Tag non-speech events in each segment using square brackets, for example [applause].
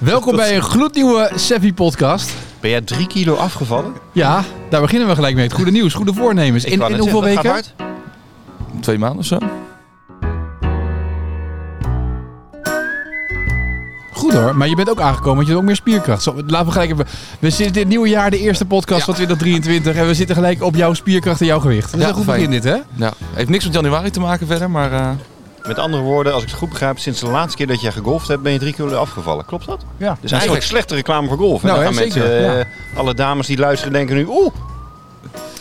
Welkom bij een gloednieuwe Sevi podcast. Ben jij drie kilo afgevallen? Ja, daar beginnen we gelijk mee. Het goede nieuws, goede voornemens. In, in hoeveel weken? Twee maanden of zo. Goed hoor, maar je bent ook aangekomen, want je hebt ook meer spierkracht. Zo, laten we gelijk even. We zitten dit nieuwe jaar, de eerste podcast van 2023. En we zitten gelijk op jouw spierkracht en jouw gewicht. Dat is Ja, een goed fijn. begin dit, hè? Ja, heeft niks met januari te maken verder, maar... eh, Met andere woorden, als ik het goed begrijp, sinds de laatste keer dat jij gegolfd hebt, ben je drie kilo afgevallen. Klopt dat? Ja. Dus eigenlijk slechte reclame voor golf. En Nou, dan hè, gaan mensen, zeker, eh, alle dames die luisteren denken nu, oeh,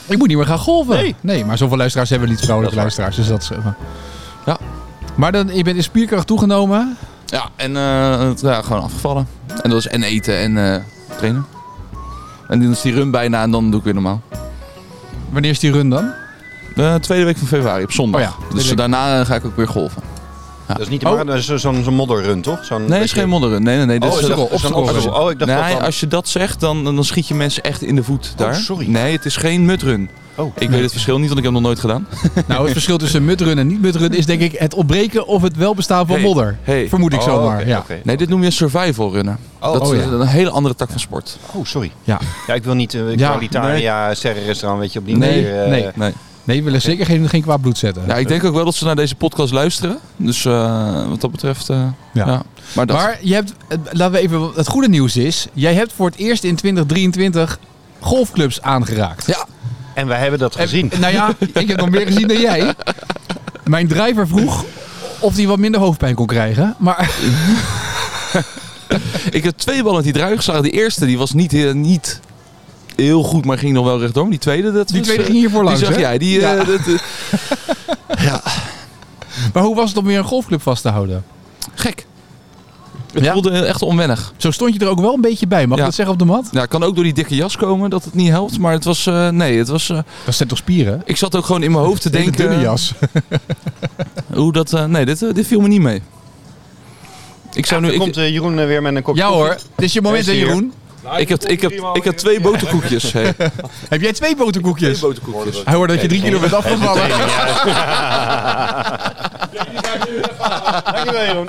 Ik moet niet meer gaan golven. Nee. maar zoveel luisteraars hebben niet vrouwelijke Dat is luisteraars. Dus dat is even. Ja. Maar dan, je bent in spierkracht toegenomen. ja, en eh, het- ja, gewoon afgevallen. En dat is en eten en eh, trainen. En dan is die run bijna en dan doe ik weer normaal. Wanneer is die run dan? De Eh, tweede week van februari, op zondag. Oh ja, tweede dus week. daarna eh, ga ik ook weer golven. dat is niet de Oh. maar, dat is zo- zo'n zo'n modderrun, toch? Zo'n Nee, dat is geen modderrun. Nee, nee, nee. Dit Oh, is, is dat- eh, is dat een obstacle obstacle? run. Oh, ik dacht dat nee, dan- als je dat Oh, zegt, dan, dan schiet je mensen echt in de voet daar. sorry. Nee, het is geen mutrun. Oh. Ik weet het verschil niet, want ik heb het nog nooit gedaan. Nou, het verschil tussen mutrun en niet mutrun is denk ik het ontbreken of het welbestaan van Hey, modder. hey. Vermoed ik Oh, zomaar. oké, ja. oké. Nee, dit noem je survival runnen. Oh, dat oh is ja. een hele andere tak van sport. Oh, sorry. Ja. Ja, ik wil niet eh Ja, Qualitaria sterrenrestaurant, weet je, op die Nee, manier. eh, nee. Nee. Nee, we willen zeker geen, geen kwaad bloed zetten. Ja, ik denk ook wel dat ze naar deze podcast luisteren. Dus eh, wat dat betreft. eh, Ja. ja. Maar dat. Maar je hebt, eh, laten we even, het goede nieuws is, jij hebt voor het eerst in 2023 golfclubs aangeraakt. ja. En wij hebben dat En- gezien. nou ja, ik heb nog meer gezien dan jij. Mijn drijver vroeg of hij wat minder hoofdpijn kon krijgen. [laughs] Maar Ik heb twee ballen die eruit geslagen. Die eerste die was niet, eh, niet heel goed, maar ging nog wel rechtdoor. Maar die tweede, dat die was, tweede eh, ging hiervoor langs. Die zag hè? jij. Die, eh, Ja. dat, eh, Maar hoe was het om weer een golfclub vast te houden? gek. Het Ja? voelde echt onwennig. Zo stond je er ook wel een beetje bij, mag Ja. ik dat zeggen op de mat? Ja, kan ook door die dikke jas komen dat het niet helpt. Maar het was. eh, nee, het was. eh, Dat zijn toch spieren? ik zat ook gewoon in mijn hoofd te Hele denken. dunne [laughs] jas. Hoe dat. eh, nee, dit, eh, dit viel me niet mee. Ik zou nu. Dan ik- komt eh, Jeroen eh, weer met een kopje Ja koffie. hoor, dit is je moment hè Hij is hier. Jeroen. Ik heb, ik heb, ik heb twee boterkoekjes. [laughs] hè. Heb jij twee boterkoekjes? boterkoekjes. Hij hoorde dat je drie kilo bent afgevallen. Dankjewel, Jeroen.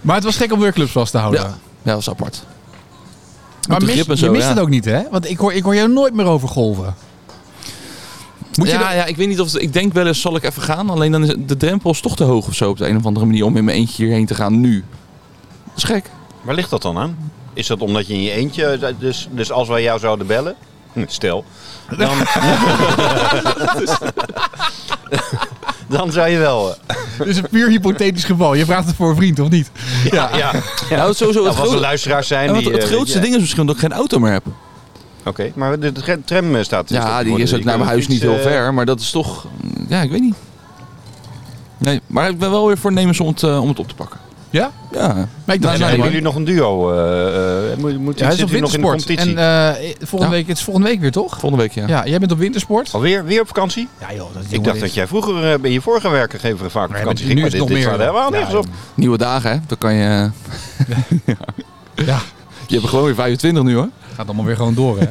Maar het was gek om weer clubs vast te houden. Ja, ja, dat was apart. Maar de mis- grip en je zo, mist ja. het ook niet, hè? Want ik hoor, ik hoor jou nooit meer over golven. Moet je ja, dat- ja, ik weet niet of het- ik denk wel eens zal ik even gaan. Alleen dan is de drempel is toch te hoog of zo op de een of andere manier om in mijn eentje hierheen te gaan nu. Dat is gek. Waar ligt dat dan aan? Is dat omdat je in je eentje, eh, dus, dus als wij jou zouden bellen, hm, stel, dan, [laughs] dan zou je wel. eh, Dit is een puur hypothetisch geval. Je vraagt het voor een vriend, of niet? Ja, ja. Nou, het, is sowieso het, Of als er grote- luisteraars zijn en wat- die. het eh, grootste weet je- ding is misschien dat ik geen auto meer heb. Oké, maar de tra- tram eh, staat. dus op Ja, de die borden. is ook Je naar kunt mijn huis niet fietsen, heel ver. Maar dat is toch... Ja, ik weet niet. Nee, maar ik ben wel weer voornemens om het, eh, om het op te pakken. Ja? Ja. Maar ik Nou, dacht, eh, nou, nee, Hebben maar- jullie nog een duo? eh, eh, moet, moet, ja, hij is zit op u nog in de wintersport. En competitie? eh, volgende Ja. week, het is volgende week weer, toch? Volgende week, ja. Ja, jij bent op wintersport. Alweer weer op vakantie? Ja joh, dat ik dacht dat jij vroeger eh, bij je vorige werkgever vaak op maar vakantie nu ging. Maar is dit, het dit nog slaat meer, helemaal ja. nergens op. Nieuwe dagen, hè. Dan kan je... Ja, Je hebt er gewoon weer 25 nu, hoor. gaat allemaal weer gewoon door, [laughs] hè?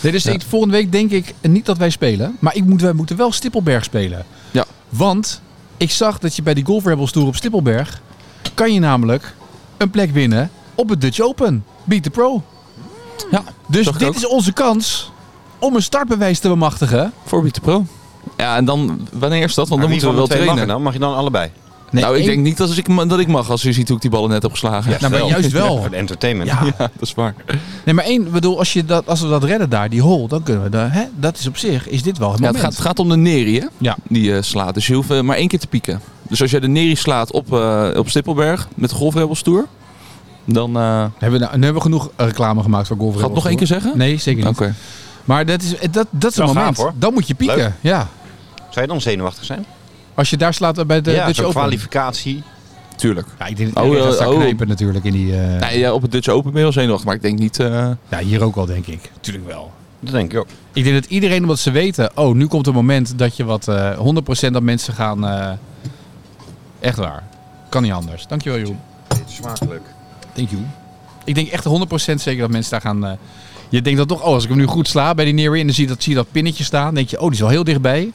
Nee, dus ik, volgende week denk ik niet dat wij spelen. Maar ik moet, wij moeten wel Stippelberg spelen. Ja. Want ik zag dat je bij die Golf Rebels Tour op Stippelberg... kan je namelijk een plek winnen op het Dutch Open. Beat the Pro. Ja, Dus zag ik dit ook. is onze kans om een startbewijs te bemachtigen. Voor Beat the Pro. Ja, en dan, wanneer is dat? Want Maar wie dan moeten we van wel de twee mag er trainen. nou? dan? Mag je dan allebei? Nee, nou, ik één- denk niet dat als ik, ma- dat ik mag als je ziet hoe ik die ballen net heb geslagen. Ja, Nou, maar juist wel. Voor de entertainment. [laughs] Ja. dat is waar. Nee, maar één, ik bedoel, als, je dat, als we dat redden daar, die hole, dan kunnen we daar, hè, dat is op zich, is dit wel het Ja, moment. het, gaat, het gaat om de neri, hè? Ja. Die eh slaat. Dus je hoeft eh, maar één keer te pieken. Dus als jij de neri slaat op, eh, op Stippelberg met de Golfrebels Tour, dan... eh Hebben we nou, nu hebben we genoeg reclame gemaakt voor Golf Gaat het nog één Rebels keer Tour. zeggen? Nee, zeker niet. Oké. Maar dat is, eh, dat, dat is Wel een moment. gaaf, hoor. Dan moet je pieken. Leuk. Ja. Zou je dan zenuwachtig zijn? Als je daar slaat bij de ja, Dutch zo'n Open. kwalificatie. Tuurlijk. Ja, ik denk Oh, dat iedereen eh, gaat staan oh. knijpen natuurlijk in die... eh, Nee, ja, op het Dutch Open ben je wel zenuwachtig, maar ik denk niet... eh, Ja, hier ook al denk ik. Tuurlijk wel. Dat denk ik ook. Ik denk dat iedereen, omdat ze weten, oh, nu komt het moment dat je wat eh 100% dat mensen gaan. eh, echt waar. Kan niet anders. Dankjewel, Joen. Smakelijk. Thank you. Ik denk echt 100% zeker dat mensen daar gaan. eh, je denkt dan toch, oh, als ik hem nu goed sla bij die neer en dan zie je dat, zie je dat pinnetje staan, denk je, oh, die is wel heel dichtbij.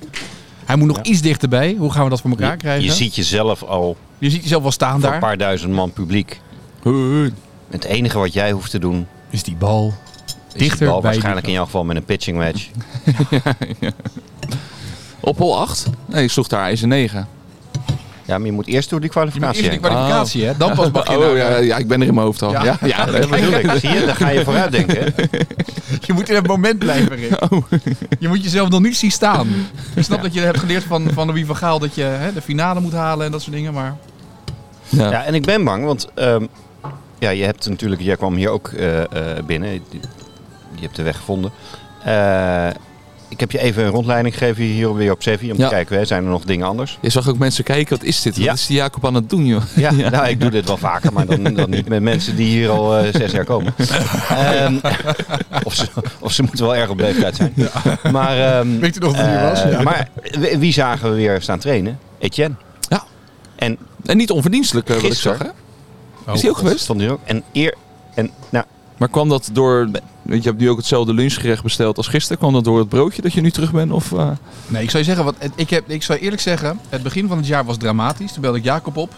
Hij moet nog iets dichterbij. Hoe gaan we dat voor elkaar krijgen? Je ziet jezelf al je ziet jezelf wel staan voor een daar. paar duizend man publiek. Goed. Het enige wat jij hoeft te doen, Is die bal is dichter die bal, bij waarschijnlijk in die- jouw geval met een pitching match. Op hol 8? Nee, ik sloeg daar ijzer 9. Ja, maar je moet eerst door die Je moet kwalificatie eerst die heen. kwalificatie, hè? Dan pas mag je Oh naar- ja, ja, ik ben er in mijn hoofd al. Ja. Ja, ja, dat Dat bedoel ik. Zie je, daar [laughs] ga je vooruit denken. Je moet in het moment blijven, Rick. Oh. Je moet jezelf nog niet zien staan. Ik snap dat je hebt geleerd van, van Louis van Gaal dat je hè, de finale moet halen en dat soort dingen. Maar Ja, en ik ben bang, want ehm, ja, je hebt natuurlijk, jij kwam hier ook eh, eh, binnen. Je hebt de weg gevonden. Eh, ik heb je even een rondleiding gegeven hier weer op Sevi om Ja. te kijken, hè, zijn er nog dingen anders? Je zag ook mensen kijken, wat is dit? Wat Ja. is die Jacob aan het doen, joh? Ja, nou, ik doe dit wel vaker, maar dan, dan niet met mensen die hier al eh, zes jaar komen. Ehm, of, ze, of ze moeten wel erg op leeftijd zijn. Maar, ehm, Weet u nog dat hij er was? eh, Ja. Maar wie wie zagen we weer staan trainen? Etienne. Ja. En En niet onverdienstelijk, eh, wat ik Gisteren. zag, hè? Is die ook dat geweest? stond hier ook. En eer. En, nou, Maar kwam dat door... Want je hebt nu ook hetzelfde lunchgerecht besteld als gisteren. Kwam dat door het broodje dat je nu terug bent? Of, eh, Nee, ik zou je zeggen, wat, ik, heb, ik zou eerlijk zeggen, het begin van het jaar was dramatisch. Toen belde ik Jacob op.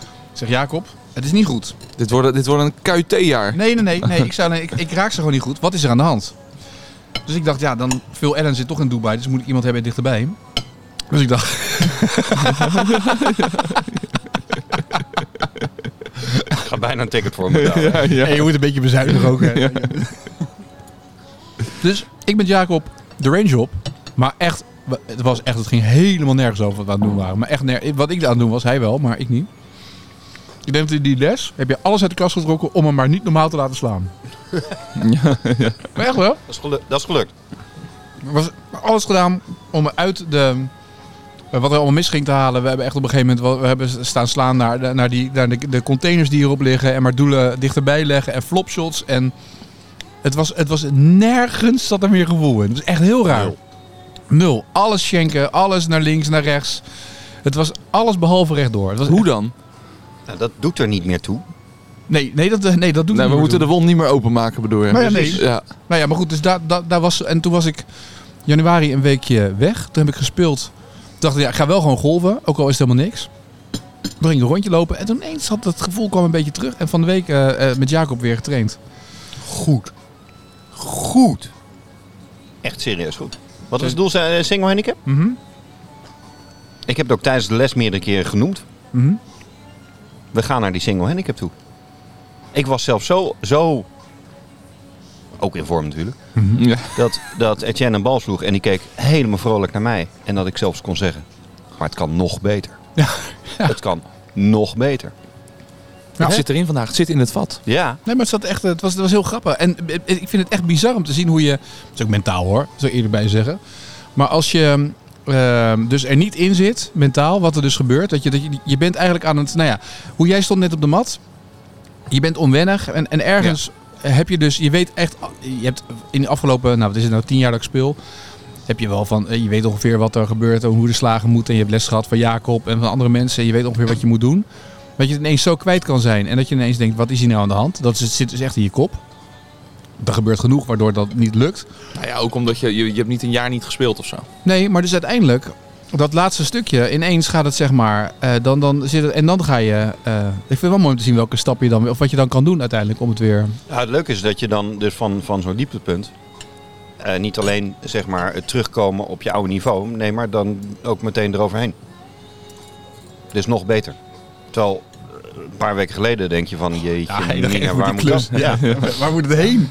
Ik zeg, Jacob, het is niet goed. dit, wordt, dit wordt een [laughs] KUT-jaar. Nee, nee, nee. nee ik, zou, nee, ik, ik raak ze gewoon niet goed. Wat is er aan de hand? Dus ik dacht, ja, dan Phil Allen zit toch in Dubai, dus moet ik iemand hebben dichterbij. Dus ik dacht... ik ga bijna een ticket voor me betalen. [laughs] ja. je moet een beetje bezuinigen ook. Ja. [laughs] Dus ik met Jacob de range op. Maar echt, het, was echt, het ging helemaal nergens over wat we aan het doen waren. Maar echt, ner- wat ik aan het doen was, hij wel, maar ik niet. Ik denk dat in die les heb je alles uit de kast getrokken om hem maar niet normaal te laten [laughs] slaan. Maar echt wel. Dat is, gelu- dat is gelukt. Er was alles gedaan om uit de... eh, Wat er allemaal misging te halen. We hebben echt op een gegeven moment wel- we hebben staan slaan naar, de- naar, die, naar de, de containers die hierop liggen. En maar doelen dichterbij leggen. En flopshots. En het was, het was nergens zat er meer gevoel in. Het was echt heel raar. Nul. Nul. Alles schenken. Alles naar links, naar rechts. Het was alles behalve rechtdoor. Het was Hoe dan? Nou, dat doet er niet meer toe. Nee, nee, dat, nee, dat doet Nee, niet Nou, we meer moeten toe. de wond niet meer openmaken, bedoel je? Nou ja, nee. Precies. Ja. Nou ja, maar goed, dus daar, daar, daar was. En toen was ik januari een weekje weg. Toen heb ik gespeeld. Toen dacht ik, ja, ik ga wel gewoon golven. Ook al is het helemaal niks. Toen ging ik een rondje lopen. En toen ineens had het gevoel kwam een beetje terug. En van de week eh, eh, met Jacob weer getraind. Goed. Goed. Echt serieus goed. Wat is het doel, eh, single handicap? Dus- Mhm. Ik heb het ook tijdens de les meerdere keren genoemd. mhm. We gaan naar die single handicap toe. Ik was zelf zo, zo ook in vorm natuurlijk, Mhm. Ja. Nou, dat, dat Etienne een bal sloeg en die keek helemaal vrolijk naar mij. En dat ik zelfs kon zeggen, maar het kan nog beter. Ja. Het kan nog beter. Nou, het zit erin vandaag. Het zit in het vat. Ja, Nee, maar het, zat echt, het, was, het was heel grappig. En eh, eh, ik vind het echt bizar om te zien hoe je... Dat is ook mentaal hoor, zou ik eerlijk bij zeggen. Maar als je eh, dus er niet in zit, mentaal, wat er dus gebeurt. Dat je, dat je, je bent eigenlijk aan het... Nou ja, hoe jij stond net op de mat. Je bent onwennig. En, en ergens heb je dus... Je weet echt... Je hebt in de afgelopen... Nou, wat is het nou? Tien jaar dat ik speel. Heb je wel van... eh, Je weet ongeveer wat er gebeurt en hoe de slagen moeten. En je hebt les gehad van Jacob en van andere mensen. Je weet ongeveer wat je moet doen. Dat je het ineens zo kwijt kan zijn. En dat je ineens denkt, wat is hier nou aan de hand? Dat is- zit dus echt in je kop. Er gebeurt genoeg waardoor dat niet lukt. Nou ja, ook omdat je, je, je hebt niet een jaar niet gespeeld of zo. Nee, maar dus uiteindelijk, dat laatste stukje, ineens gaat het zeg maar. eh, dan, dan zit het, en dan ga je. eh, ik vind het wel mooi om te zien welke stap je dan. Of wat je dan kan doen uiteindelijk om het weer. Nou, het leuke is dat je dan dus van, van zo'n dieptepunt eh, niet alleen zeg maar het terugkomen op je oude niveau, nee, maar dan ook meteen eroverheen. Dus nog beter. Terwijl eh, een paar weken geleden denk je van jeetje, mina, waar moet dat? Ja. Waar moet het heen?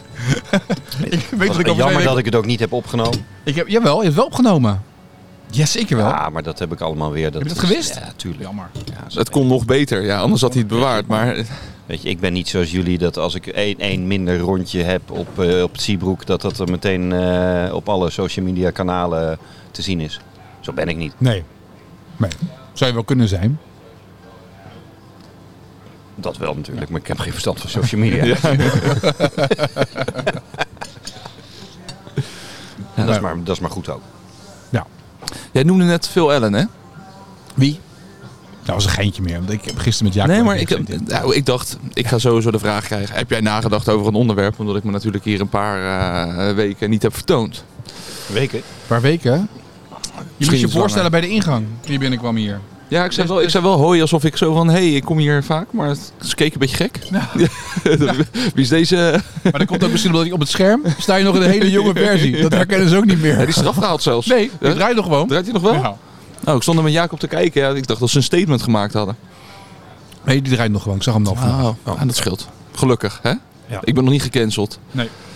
ik weet Was- dat ik al jammer dat ik het ook niet heb opgenomen. Ik heb, jawel, je hebt wel opgenomen. Jazeker wel. Ja, maar dat heb ik allemaal weer. Heb Dat je dat is- gewist? Ja, tuurlijk. Jammer. Ja, zo- Het kon nog beter. Ja, anders had hij het bewaard. Maar Weet je, ik ben niet zoals jullie dat als ik één, één minder rondje heb op, eh, op het Seabrook, dat dat er meteen eh, op alle social media kanalen te zien is. Zo ben ik niet. Nee. Nee. Zou je wel kunnen zijn. Dat wel natuurlijk, maar ik heb geen verstand van social [laughs] media. [laughs] Nou, En dat, is maar, dat is maar goed ook. jij noemde net Phil Allen, hè? Wie? Nou, Dat was een geintje meer. Want ik heb gisteren met Jacob... nee, maar ook ik, gezeten. nou, ik dacht, ik ga sowieso de vraag krijgen. Heb jij nagedacht over een onderwerp? Omdat ik me natuurlijk hier een paar eh, weken niet heb vertoond. Weken? Een paar weken. Je moet je voorstellen bij de ingang toen je binnenkwam hier. Ja, ik zei wel, ik zei wel hoi alsof ik zo van, hé, hey, ik kom hier vaak, maar het is keek een beetje gek. Ja. [laughs] Wie is deze? Maar dat komt ook misschien omdat je op het scherm sta je nog in een hele [laughs] jonge versie. Dat herkennen ze ook niet Ja, die meer. is eraf gehaald zelfs. Nee, Ja? dat draait nog gewoon. Draait hij nog wel? Ja. Nou, ik stond er met Jacob te kijken. Ja, ik dacht dat ze een statement gemaakt hadden. Nee, die draait nog gewoon. Ik zag hem al. Ah, ah, dat scheelt. Gelukkig, hè? Ja. Ik ben nog niet gecanceld.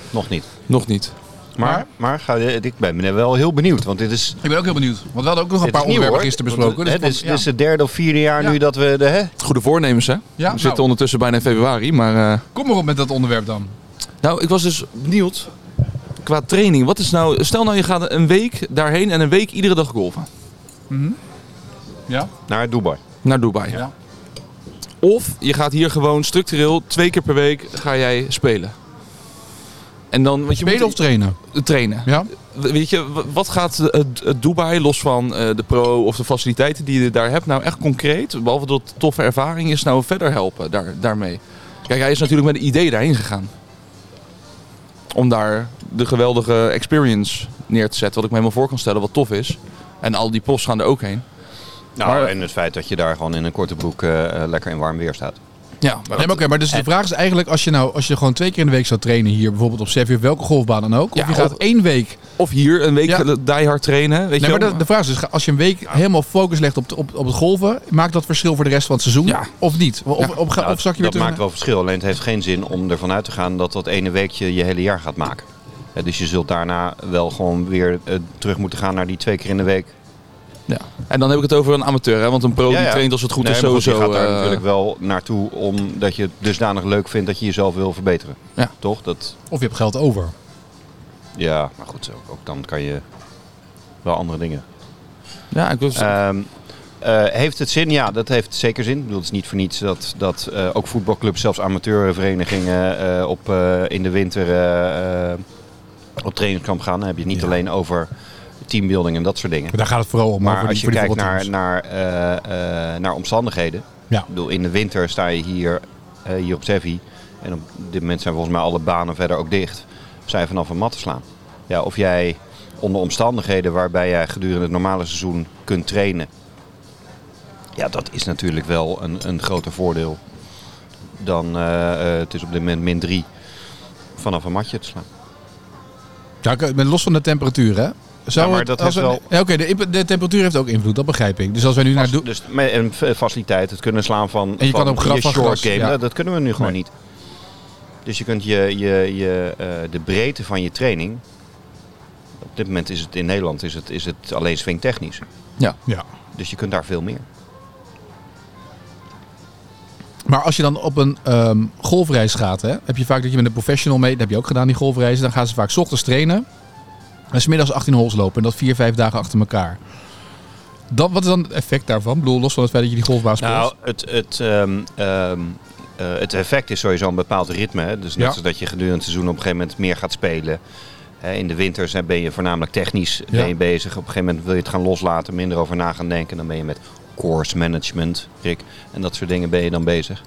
Nog niet. Nog niet. Maar? Maar, maar ga, ik ben wel heel benieuwd, want dit is... Ik ben ook heel benieuwd. Want we hadden ook nog een dit paar is nieuw, onderwerpen hoor. gisteren Want, besproken. hè, Dus dit, is, van- dit ja. is het derde of vierde jaar Ja. nu dat we... De, hè? Goede voornemens, hè? Ja, we zitten nou. ondertussen bijna in februari, maar... eh, Kom maar op met dat onderwerp dan. Nou, ik was dus benieuwd qua training. Wat is nou... Stel nou, je gaat een week daarheen en een week iedere dag golven. Ja? Naar Dubai. Naar Dubai. Ja. Of je gaat hier gewoon structureel twee keer per week ga jij spelen. En dan... Want je Spelen of moet trainen? trainen. Ja? Weet je, w- wat gaat eh, eh, Dubai, los van eh, de pro of de faciliteiten die je daar hebt, nou echt concreet, behalve dat het toffe ervaring is, nou verder helpen daar, daarmee? Kijk, hij is natuurlijk met een idee daarheen gegaan. Om daar de geweldige experience neer te zetten, wat ik me helemaal voor kan stellen, wat tof is. En al die posts gaan er ook heen. Nou, Maar- en het feit dat je daar gewoon in een korte broek eh, eh, lekker in warm weer staat. Ja, eh, maar Nee, maar, oké, maar dus de vraag is eigenlijk, als je, nou, als je gewoon twee keer in de week zou trainen hier, bijvoorbeeld op Sevier, welke golfbaan dan ook, Ja, of je gaat of- één week... Of hier een week Ja. die hard trainen, weet Nee, je maar wel. de, de vraag is dus, als je een week helemaal focus legt op, de- op, op het golven, maakt dat verschil voor de rest van het seizoen? Ja. Of niet? Of, Ja. of, of, ga- Nou, of zak je weer dat terug? maakt wel verschil. Alleen het heeft geen zin om ervan uit te gaan dat dat ene weekje je hele jaar gaat maken. Eh, dus je zult daarna wel gewoon weer eh, terug moeten gaan naar die twee keer in de week. Ja. En dan heb ik het over een amateur, hè, want een pro Ja, Oh, die ja. traint als het goed Nee, is maar goed, sowieso. Je gaat daar eh, natuurlijk wel naartoe omdat je het dusdanig leuk vindt dat je jezelf wil verbeteren. Ja. Toch? Dat, Of je hebt geld over. ja, maar goed, ook, ook dan kan je wel andere dingen Ja, ik wil... Ehm, eh, heeft het zin? Ja, dat heeft zeker zin. Ik bedoel, het is niet voor niets dat, dat eh, ook voetbalclubs, zelfs amateurverenigingen, eh, op, eh, in de winter eh, eh, op trainingskamp gaan. Dan heb je het niet alleen over teambuilding en dat soort dingen. Maar daar gaat het vooral om. Maar hoor, voor als die- je voor kijkt die naar, voetbalteams. naar, eh, eh, naar omstandigheden. Ja. Ik bedoel, in de winter sta je hier, eh, hier op Sevi. En op dit moment zijn volgens mij alle banen verder ook dicht. Sta je vanaf een mat te slaan. Ja, of jij onder omstandigheden waarbij jij gedurende het normale seizoen kunt trainen. Ja, dat is natuurlijk wel een, een groter voordeel dan eh, eh, het is op dit moment min 3 vanaf een matje te slaan. Ja, ik ben los van de temperatuur, hè? Zou Ja, maar het- dat als heeft we- Ja, Oké, de, imp- de temperatuur heeft ook invloed, dat begrijp ik. Dus als wij nu naar... Doe- Dus met een fa- faciliteit, het kunnen slaan van, En je van kan op graf van short gras, game, ja. dat, dat kunnen we nu gewoon Nee. niet. Dus je kunt je, je, je, eh, de breedte van je training, op dit moment is het in Nederland is het, is het alleen swingtechnisch. Ja. Dus je kunt daar veel meer. Maar als je dan op een ehm, golfreis gaat, hè, heb je vaak dat je met een professional mee, dat heb je ook gedaan, die golfreizen. Dan gaan ze vaak 's ochtends trainen en smiddags 18 holes lopen. En dat vier, vijf dagen achter elkaar. Dan, wat is dan het effect daarvan? Ik bedoel, los van het feit dat je die golfbaan speelt. Nou, het, het, ehm, ehm, eh, het effect is sowieso een bepaald ritme. Hè? Dus net Ja. als dat je gedurende het seizoen op een gegeven moment meer gaat spelen. Hè, in de winter zijn- ben je voornamelijk technisch Ja. ben je bezig. Op een gegeven moment wil je het gaan loslaten, minder over na gaan denken. Dan ben je met course management, Rick, en dat soort dingen ben je dan bezig.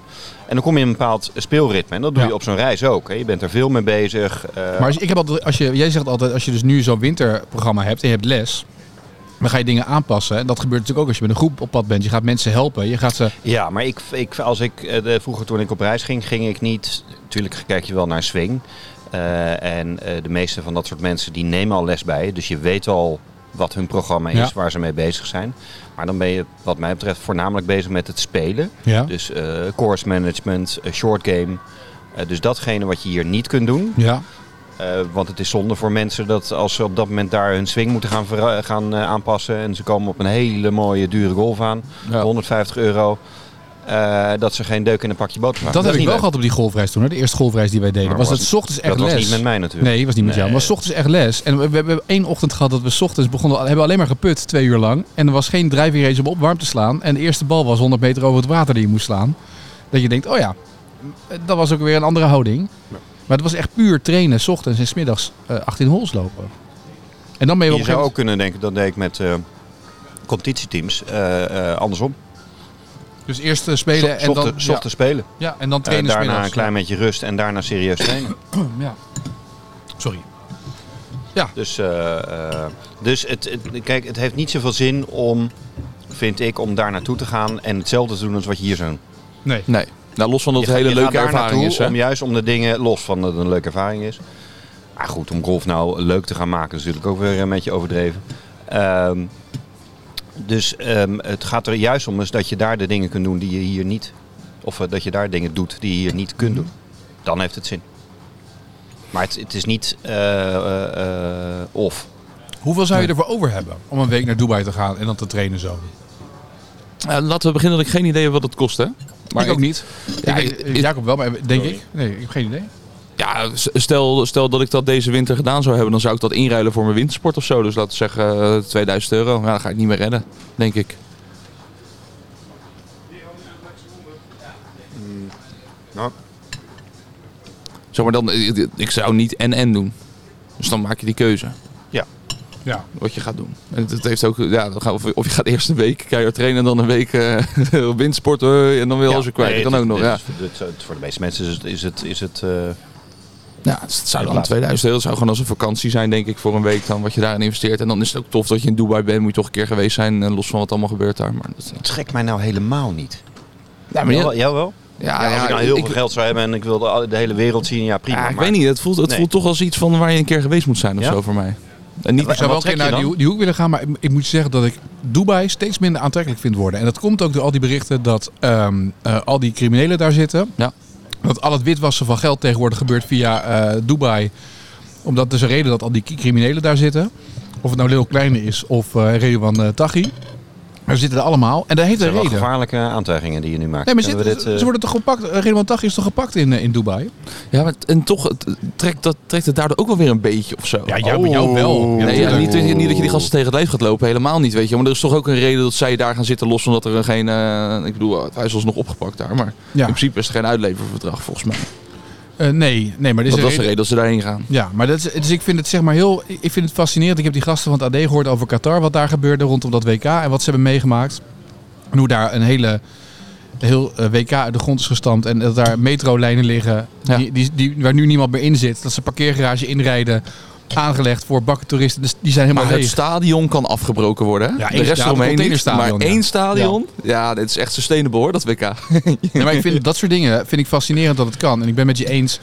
En dan kom je in een bepaald speelritme. En dat doe Ja. je op zo'n reis ook. Hè? Je bent er veel mee bezig. eh, maar als je, ik heb altijd, als je, jij zegt altijd, als je dus nu zo'n winterprogramma hebt en je hebt les, dan ga je dingen aanpassen. En dat gebeurt natuurlijk ook als je met een groep op pad bent. Je gaat mensen helpen. Je gaat ze. Ja, maar ik, ik, als ik, eh, de- vroeger toen ik op reis ging, ging ik niet... Natuurlijk kijk je wel naar swing. Eh, en eh, de meeste van dat soort mensen die nemen al les bij. je. Dus je weet al wat hun programma is, Ja. waar ze mee bezig zijn. Maar dan ben je wat mij betreft voornamelijk bezig met het spelen. Ja. Dus eh, course management, eh, short game. Eh, dus datgene wat je hier niet kunt doen. Ja. Eh, want het is zonde voor mensen dat als ze op dat moment daar hun swing moeten gaan, vera- gaan eh, aanpassen. En ze komen op een hele mooie dure golf aan. Ja. 150 euro. eh, dat ze geen deuk in een pakje boter vragen. Dat heb is ik niet wel leuk. gehad op die golfreis toen. Hè? De eerste golfreis die wij deden. Maar was was- het 's ochtends echt Dat was les. niet met mij natuurlijk. Nee, was niet met jou. Nee. Maar 's ochtends echt les. En we, we hebben één ochtend gehad dat we 's ochtends begonnen. Hebben we alleen maar geput, twee uur lang. En er was geen driving race om op warm te slaan. En de eerste bal was 100 meter over het water die je moest slaan. Dat je denkt, oh ja, dat was ook weer een andere houding. Maar het was echt puur trainen, 's ochtends en 's middags eh, 18 holes lopen. En dan ben je, Je op een zou gegeven ook kunnen denken, dat deed ik met eh, competitieteams. eh, eh, andersom. moment- Dus eerst eh, spelen en Zochten dan, ja, spelen. Eh, ja, en dan trainen. 's daarna middags. [clears throat] een klein beetje rust en daarna serieus trainen. Ja. Sorry. Ja. Dus, eh, eh, dus het, het- kijk, het heeft niet zoveel zin om, vind ik, om daar naartoe te gaan en hetzelfde te doen als wat je hier zo doet. Nee. Nee. Nou, los van dat Je het gaat- hele je gaat leuke daar ervaring naartoe is. Hè? Om juist om de dingen, los van dat het een leuke ervaring is. Maar goed, om golf nou leuk te gaan maken is natuurlijk ook weer een beetje overdreven. Ehm, dus ehm, het gaat er juist om is dat je daar de dingen kunt doen die je hier niet... Of eh, dat je daar dingen doet die je hier niet kunt doen. Dan heeft het zin. Maar het, het is niet eh, eh, eh, of. Hoeveel zou je ervoor over hebben om een week naar Dubai te gaan en dan te trainen zo? Eh, laten we beginnen dat ik geen idee heb wat het kost, hè? Maar ik ook niet. Ja, ik, ik- ik- Jacob wel, maar denk Sorry. ik. Nee, ik heb geen idee. ja, s- stel, stel dat ik dat deze winter gedaan zou hebben, dan zou ik dat inruilen voor mijn wintersport of zo. Dus laten we zeggen eh, 2000 euro. Ja, dan ga ik niet meer redden, denk ik. Nou, Zeg maar dan, ik- ik zou niet en-en doen. Dus dan maak je die keuze. Ja. wat je gaat doen. En het, het heeft ook, ja, dan ga- of, of je gaat eerst een week keihard trainen en dan een week eh, [laughs] windsporten eh, en dan wil je alles weer kwijt. nee, kan het- ook nog, het- ja. het- het- het- voor de meeste mensen is het... Is het, is het eh, ja. Het zou dan Laat. 2000 euro, het zou gewoon als een vakantie zijn denk ik voor een week dan wat je daarin investeert. En dan is het ook tof dat je in Dubai bent, moet je toch een keer geweest zijn, eh, los van wat allemaal gebeurt daar. Maar dat, eh. trekt mij nou helemaal niet. ja, maar Jawel- ja, jawel? ja, Ja, als ik nou heel veel geld zou hebben en ik wilde al- de hele wereld zien, ja prima. ja, ik maar- weet niet, het voelt, het Nee. voelt toch als iets van waar je een keer geweest moet zijn of Ja? zo voor mij. En niet, Ik zou wel een wat keer trek je naar die, dan? ho- die hoek willen gaan, maar ik, ik moet zeggen dat ik Dubai steeds minder aantrekkelijk vind worden. En dat komt ook door al die berichten dat ehm, eh, al die criminelen daar zitten. Ja. Dat al het witwassen van geld tegenwoordig gebeurt via eh, Dubai. Omdat dus een reden dat al die ki- criminelen daar zitten. Of het nou Lil Kleine is of eh Redouan eh, Taghi. Daar zitten er allemaal. En daar heeft Het een zijn wel reden. gevaarlijke aantijgingen die je nu maakt. Nee, maar Kunnen zit- we dit, eh, ze worden toch gepakt. eh, Redouan Taghi is toch gepakt in, eh, in Dubai? ja, maar, t- en toch het, trekt, dat, trekt het daardoor ook wel weer een beetje of zo. Ja, jou- jou wel. Ja, Nee, ja, tuurlijk. niet, dat je- niet dat je die gasten tegen het lijf gaat lopen, helemaal niet, weet je. Maar er is toch ook een reden dat zij daar gaan zitten, los omdat er geen... eh, ik bedoel, het huis was nog opgepakt daar, maar in Ja. principe is er geen uitleververdrag volgens mij. Eh, nee, nee, maar er is een dat was de reden- reden dat ze daarheen gaan. Ja, maar dat is, dus ik vind het zeg maar heel. Ik vind het fascinerend. Ik heb die gasten van het AD gehoord over Qatar, wat daar gebeurde rondom dat WK en wat ze hebben meegemaakt. En hoe daar een hele heel eh, WK uit de grond is gestampt en dat daar metrolijnen liggen Ja. die, die, die, waar nu niemand meer in zit. Dat ze een parkeergarage inrijden, aangelegd voor bakken toeristen. Dus die zijn Maar helemaal het leeg. stadion kan afgebroken worden, hè? Ja, de één rest stadion, eromheen niet, maar containerstadion, ja. één stadion? Ja, dit is echt sustainable hoor, dat WK. Nee, maar ik vind dat soort dingen vind ik fascinerend dat het kan. En ik ben met je eens.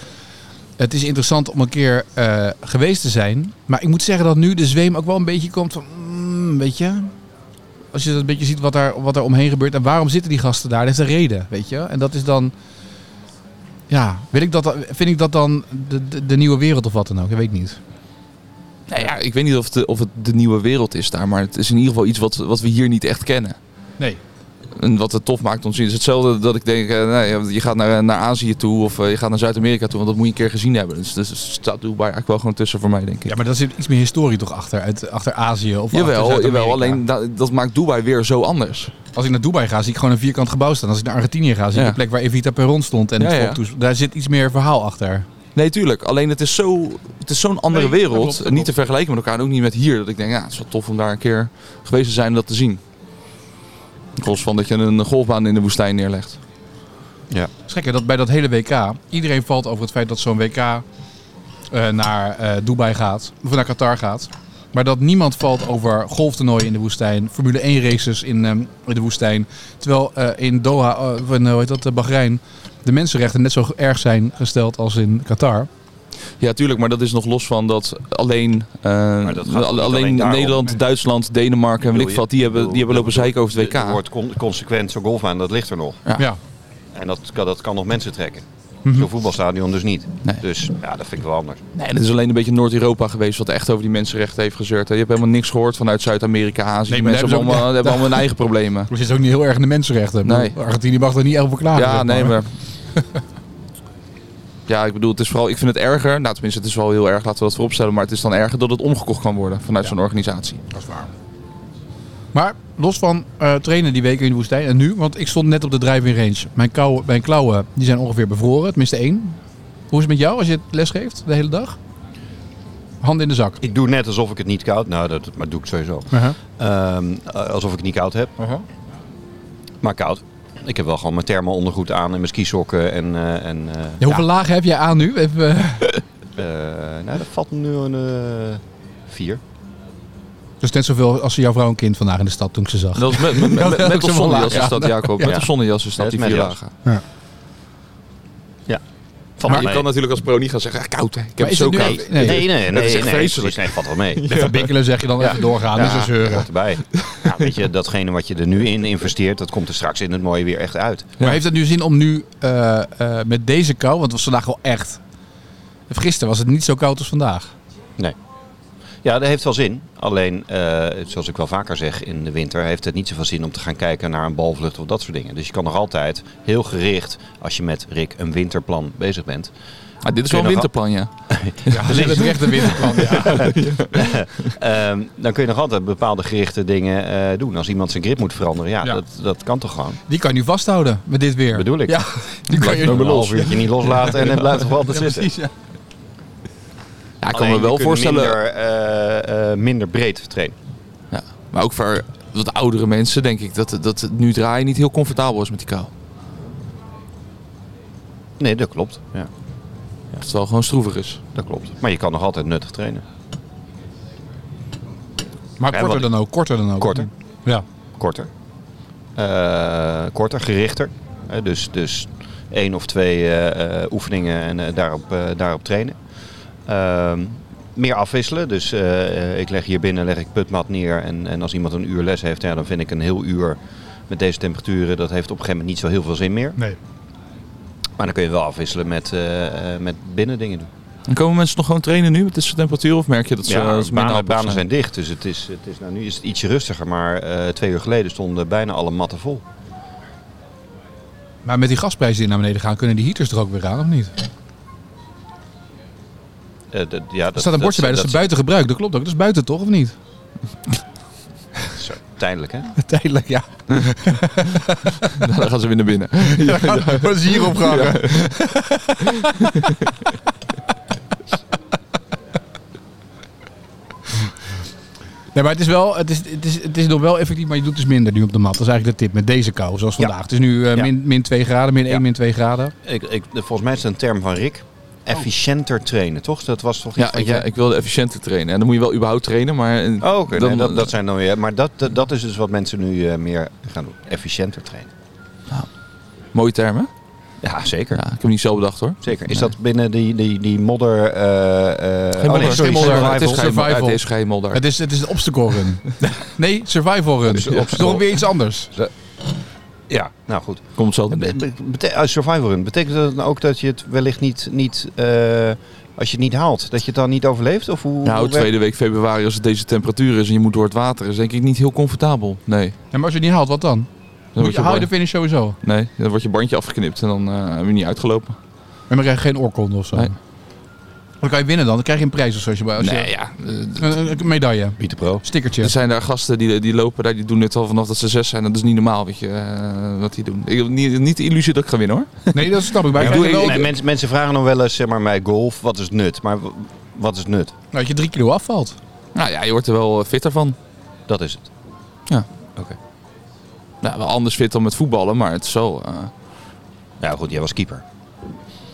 Het is interessant om een keer eh, geweest te zijn. Maar ik moet zeggen dat nu de zweem ook wel een beetje komt van. mm, weet je. Als je dat een beetje ziet wat daar, wat daar omheen gebeurt. En waarom zitten die gasten daar? Dat is een reden, weet je. En dat is dan. Ja, weet ik dat, dan- vind ik dat dan de, de, de nieuwe wereld of wat dan ook? Ik weet niet. nou ja, ik weet niet of het, de- of het de nieuwe wereld is daar, maar het is in ieder geval iets wat, wat we hier niet echt kennen. Nee. En wat het tof maakt om te zien. Het is hetzelfde dat ik denk, eh, nee, je gaat naar, naar Azië toe of eh, je gaat naar Zuid-Amerika toe. Want dat moet je een keer gezien hebben. Dus, dus staat Dubai eigenlijk wel gewoon tussen voor mij, denk ik. Ja, maar daar zit iets meer historie toch achter. Uit, achter Azië of achter jawel, Zuid-Amerika. jawel, alleen da- dat maakt Dubai weer zo anders. Als ik naar Dubai ga, zie ik gewoon een vierkant gebouw staan. Als ik naar Argentinië ga, zie ik Ja. de plek waar Evita Perron stond. En Ja, het ja. volk toes- daar zit iets meer verhaal achter. Nee, tuurlijk. Alleen het is zo'n is zo'n andere Nee, dat wereld. klopt, dat Niet klopt. te vergelijken met elkaar en ook niet met hier. Dat ik denk, ja, het is wel tof om daar een keer geweest te zijn en dat te zien. Los van dat je een golfbaan in de woestijn neerlegt. Het is gek hè, dat bij dat hele WK, iedereen valt over het feit dat zo'n WK eh, naar eh, Dubai gaat. Of naar Qatar gaat. Maar dat niemand valt over golftoernooien in de woestijn. Formule 1 races in, ehm, in de woestijn. Terwijl eh, in Doha, eh, of in, eh, hoe heet dat, eh, Bahrein, de mensenrechten net zo erg zijn gesteld als in Qatar. Ja, tuurlijk, maar dat is nog los van dat alleen, eh, dat gaat al- niet alleen, alleen daarom. Nederland, Nee. Duitsland, Denemarken en weet ik je- veel wat, die hebben, die hebben lopen zeiken over het WK. Er wordt eh, con- consequent zo'n golf aan, dat ligt er nog. Ja. Ja. En dat, kan- dat kan nog mensen trekken. Mhm. Zo'n voetbalstadion dus niet. Nee. Dus ja, dat vind ik wel anders. Nee, dat is alleen een beetje Noord-Europa geweest wat echt over die mensenrechten heeft gezeurd. hè. Je hebt helemaal niks gehoord vanuit Zuid-Amerika, Azië. Nee, maar Die mensen daar hebben hebben ze allemaal, ook- hebben daar- allemaal hun eigen problemen. We zitten dus ook niet heel erg in de mensenrechten. Ik Nee. bedoel, Argentinië mag er niet erg over klagen. Ja, zeg nee, maar... [laughs] Ja, ik bedoel, het is vooral, ik vind het erger. Nou, tenminste, het is wel heel erg, laten we dat vooropstellen. Maar het is dan erger dat het omgekocht kan worden vanuit Ja. zo'n organisatie. Dat is waar. Maar los van eh, trainen die weken in de woestijn en nu, want ik stond net op de driving range. Mijn, kou, mijn klauwen die zijn ongeveer bevroren, tenminste één. Hoe is het met jou als je les geeft de hele dag? Hand in de zak. Ik doe net alsof ik het niet koud... Nou, dat, maar doe ik sowieso. Ehm, eh, alsof ik het niet koud heb. Uh-huh. Maar koud. Ik heb wel gewoon mijn thermo ondergoed aan en mijn skisokken. En, eh, en, eh, Ja, hoeveel lagen heb jij aan nu? Even, eh, ja, eh, nou, dat valt nu een... eh, vier. Dus net zoveel als jouw vrouw een kind vandaag in de stad toen ik ze zag. Dat is met, [laughs] met, Dat is met, met, ook of zo'n zonder laag, jas is ja. dat, Jacob. Met Ja. of zonder jas is dat, Met- die met vier jas. dagen. Ja. Valt Maar je wel kan mee. natuurlijk als pro niet gaan zeggen, "Ah, koud hè, ik heb is het zo het nu- koud. Nee, Nee, nee, nee. Dat is nee, echt nee, vreselijk. precies. Nee, valt wel [laughs] mee. Even bikkelen zeg je dan even doorgaan. Ja, dus dat is dat zeuren. hoort erbij. Ja, weet je, datgene wat je er nu in investeert, dat komt er straks in het mooie weer echt uit. Maar heeft het nu zin om nu eh, eh, met deze kou, want het was vandaag wel echt... Gisteren was het niet zo koud als vandaag. Nee. Ja, dat heeft wel zin. Alleen, eh, zoals ik wel vaker zeg in de winter, heeft het niet zoveel zin om te gaan kijken naar een balvlucht of dat soort dingen. Dus je kan nog altijd heel gericht, als je met Rick een winterplan bezig bent. Ah, dit is Kun wel je een nog- winterplan, ja. Ja, dat Dus is echt een winterplan. Ja. ehm, dan kun je nog altijd bepaalde gerichte dingen eh, doen. Als iemand zijn grip moet veranderen, ja, Ja. Dat, dat kan toch gewoon. Die kan je nu vasthouden met dit weer. Bedoel ik. Ja, die kan je Een nu half uurtje niet loslaten en het blijft toch wel altijd Ja, zitten. precies, ja. Ja, ik kan me Alleen, wel je kunt voorstellen, Minder, eh, eh, minder breed trainen. ja, maar ook voor wat oudere mensen denk ik, dat, dat het nu draaien niet heel comfortabel is met die kou. Nee, dat klopt. Ja, Dat het wel gewoon stroevig is. dat klopt. Maar je kan nog altijd nuttig trainen. Maar Ja, korter wat- dan ook, korter dan ook. Korter. Ja. Korter. Eh, korter, gerichter. Eh, dus, dus één of twee eh, eh, oefeningen en eh, daarop, eh, daarop trainen. Ehm, meer afwisselen. Dus eh, eh, ik leg hier binnen leg ik putmat neer. En, en als iemand een uur les heeft, ja, dan vind ik een heel uur met deze temperaturen. Dat heeft op een gegeven moment niet zo heel veel zin meer. Nee. Maar dan kun je wel afwisselen met, eh, eh, met binnen dingen doen. En komen mensen nog gewoon trainen nu met dit soort temperatuur? Of merk je dat ze Ja, eh, dat ze minder banen, happig banen zijn dicht, dus het is, het is, nou, nu is het ietsje rustiger. Maar eh, twee uur geleden stonden bijna alle matten vol. Maar met die gasprijzen die naar beneden gaan, kunnen die heaters er ook weer aan of niet? Eh, dat- ja, Er staat een bordje bij, dus dat is buiten gebruik. Dat klopt ook. Dat is buiten toch, of niet? Zo, [laughs] tijdelijk, hè? Tijdelijk, [laughs] ja. [laughs] Dan gaan ze weer naar [laughs] binnen. Dat is hier opgehangen. Nee, maar het is, wel, het, is, het, is, het is nog wel effectief, maar je doet dus minder nu op de mat. Dat is eigenlijk de tip met deze kou, zoals vandaag. Het is nu eh, Ja. min, min 2 graden, min 1, Ja. min 2 graden. [laughs] Ik, ik, volgens mij is het een term van Rick. Efficiënter trainen, toch? Dat was toch iets Ja, wat ik, ja, jij- ik wilde efficiënter trainen. En dan moet je wel überhaupt trainen, maar... eh, Oh, oké. dan- nee, dat, dat zijn dan weer... Maar dat, dat, dat is dus wat mensen nu eh, meer gaan doen. Efficiënter trainen. Mooie termen. Ja, zeker. Ja, ik heb hem niet zo bedacht hoor. Zeker. Is dat binnen die, die, die modder... eh eh oh, modder, nee, geen sorry, modder. survival. Het is geen survival. modder. Het is geen modder. Het is, het is een obstacle [laughs] run. nee, survival run. is een obstacle. Toch weer iets anders. Ja, nou goed. Komt zo. Be- bete- eh, survival run, betekent dat dan ook dat je het wellicht niet, niet eh, als je het niet haalt, dat je het dan niet overleeft? Of hoe, Nou, hoe tweede week februari, als het deze temperatuur is en je moet door het water, is denk ik niet heel comfortabel. Nee. En maar als je het niet haalt, wat dan? Dan Moet wordt je, je, hou je de band- finish sowieso. nee, dan wordt je bandje afgeknipt en dan eh heb je niet uitgelopen. En dan krijg je geen oorkonde of zo. Nee. Maar Dan kan je winnen dan. Dan krijg je een prijs of zo. Als je, als je- Nee, ja. eh, d- een, een medaille. Pieter Pro. Stickertje. Er zijn daar gasten die, die lopen daar, die doen het al vanaf dat ze zes zijn. Dat is niet normaal, weet je, eh, wat die doen. Ik heb niet, niet de illusie dat ik ga winnen hoor. Nee, dat snap ik. Maar Ja, ik doe doe ik- wel ik- mensen, mensen vragen dan wel eens zeg maar, bij golf, wat is het nut? Maar w- wat is het nut? dat je drie kilo afvalt. Nou ja, je wordt er wel eh, fitter van. Dat is het. Nou, wel anders fit dan met voetballen, maar het is zo. eh, Nou goed, jij was keeper.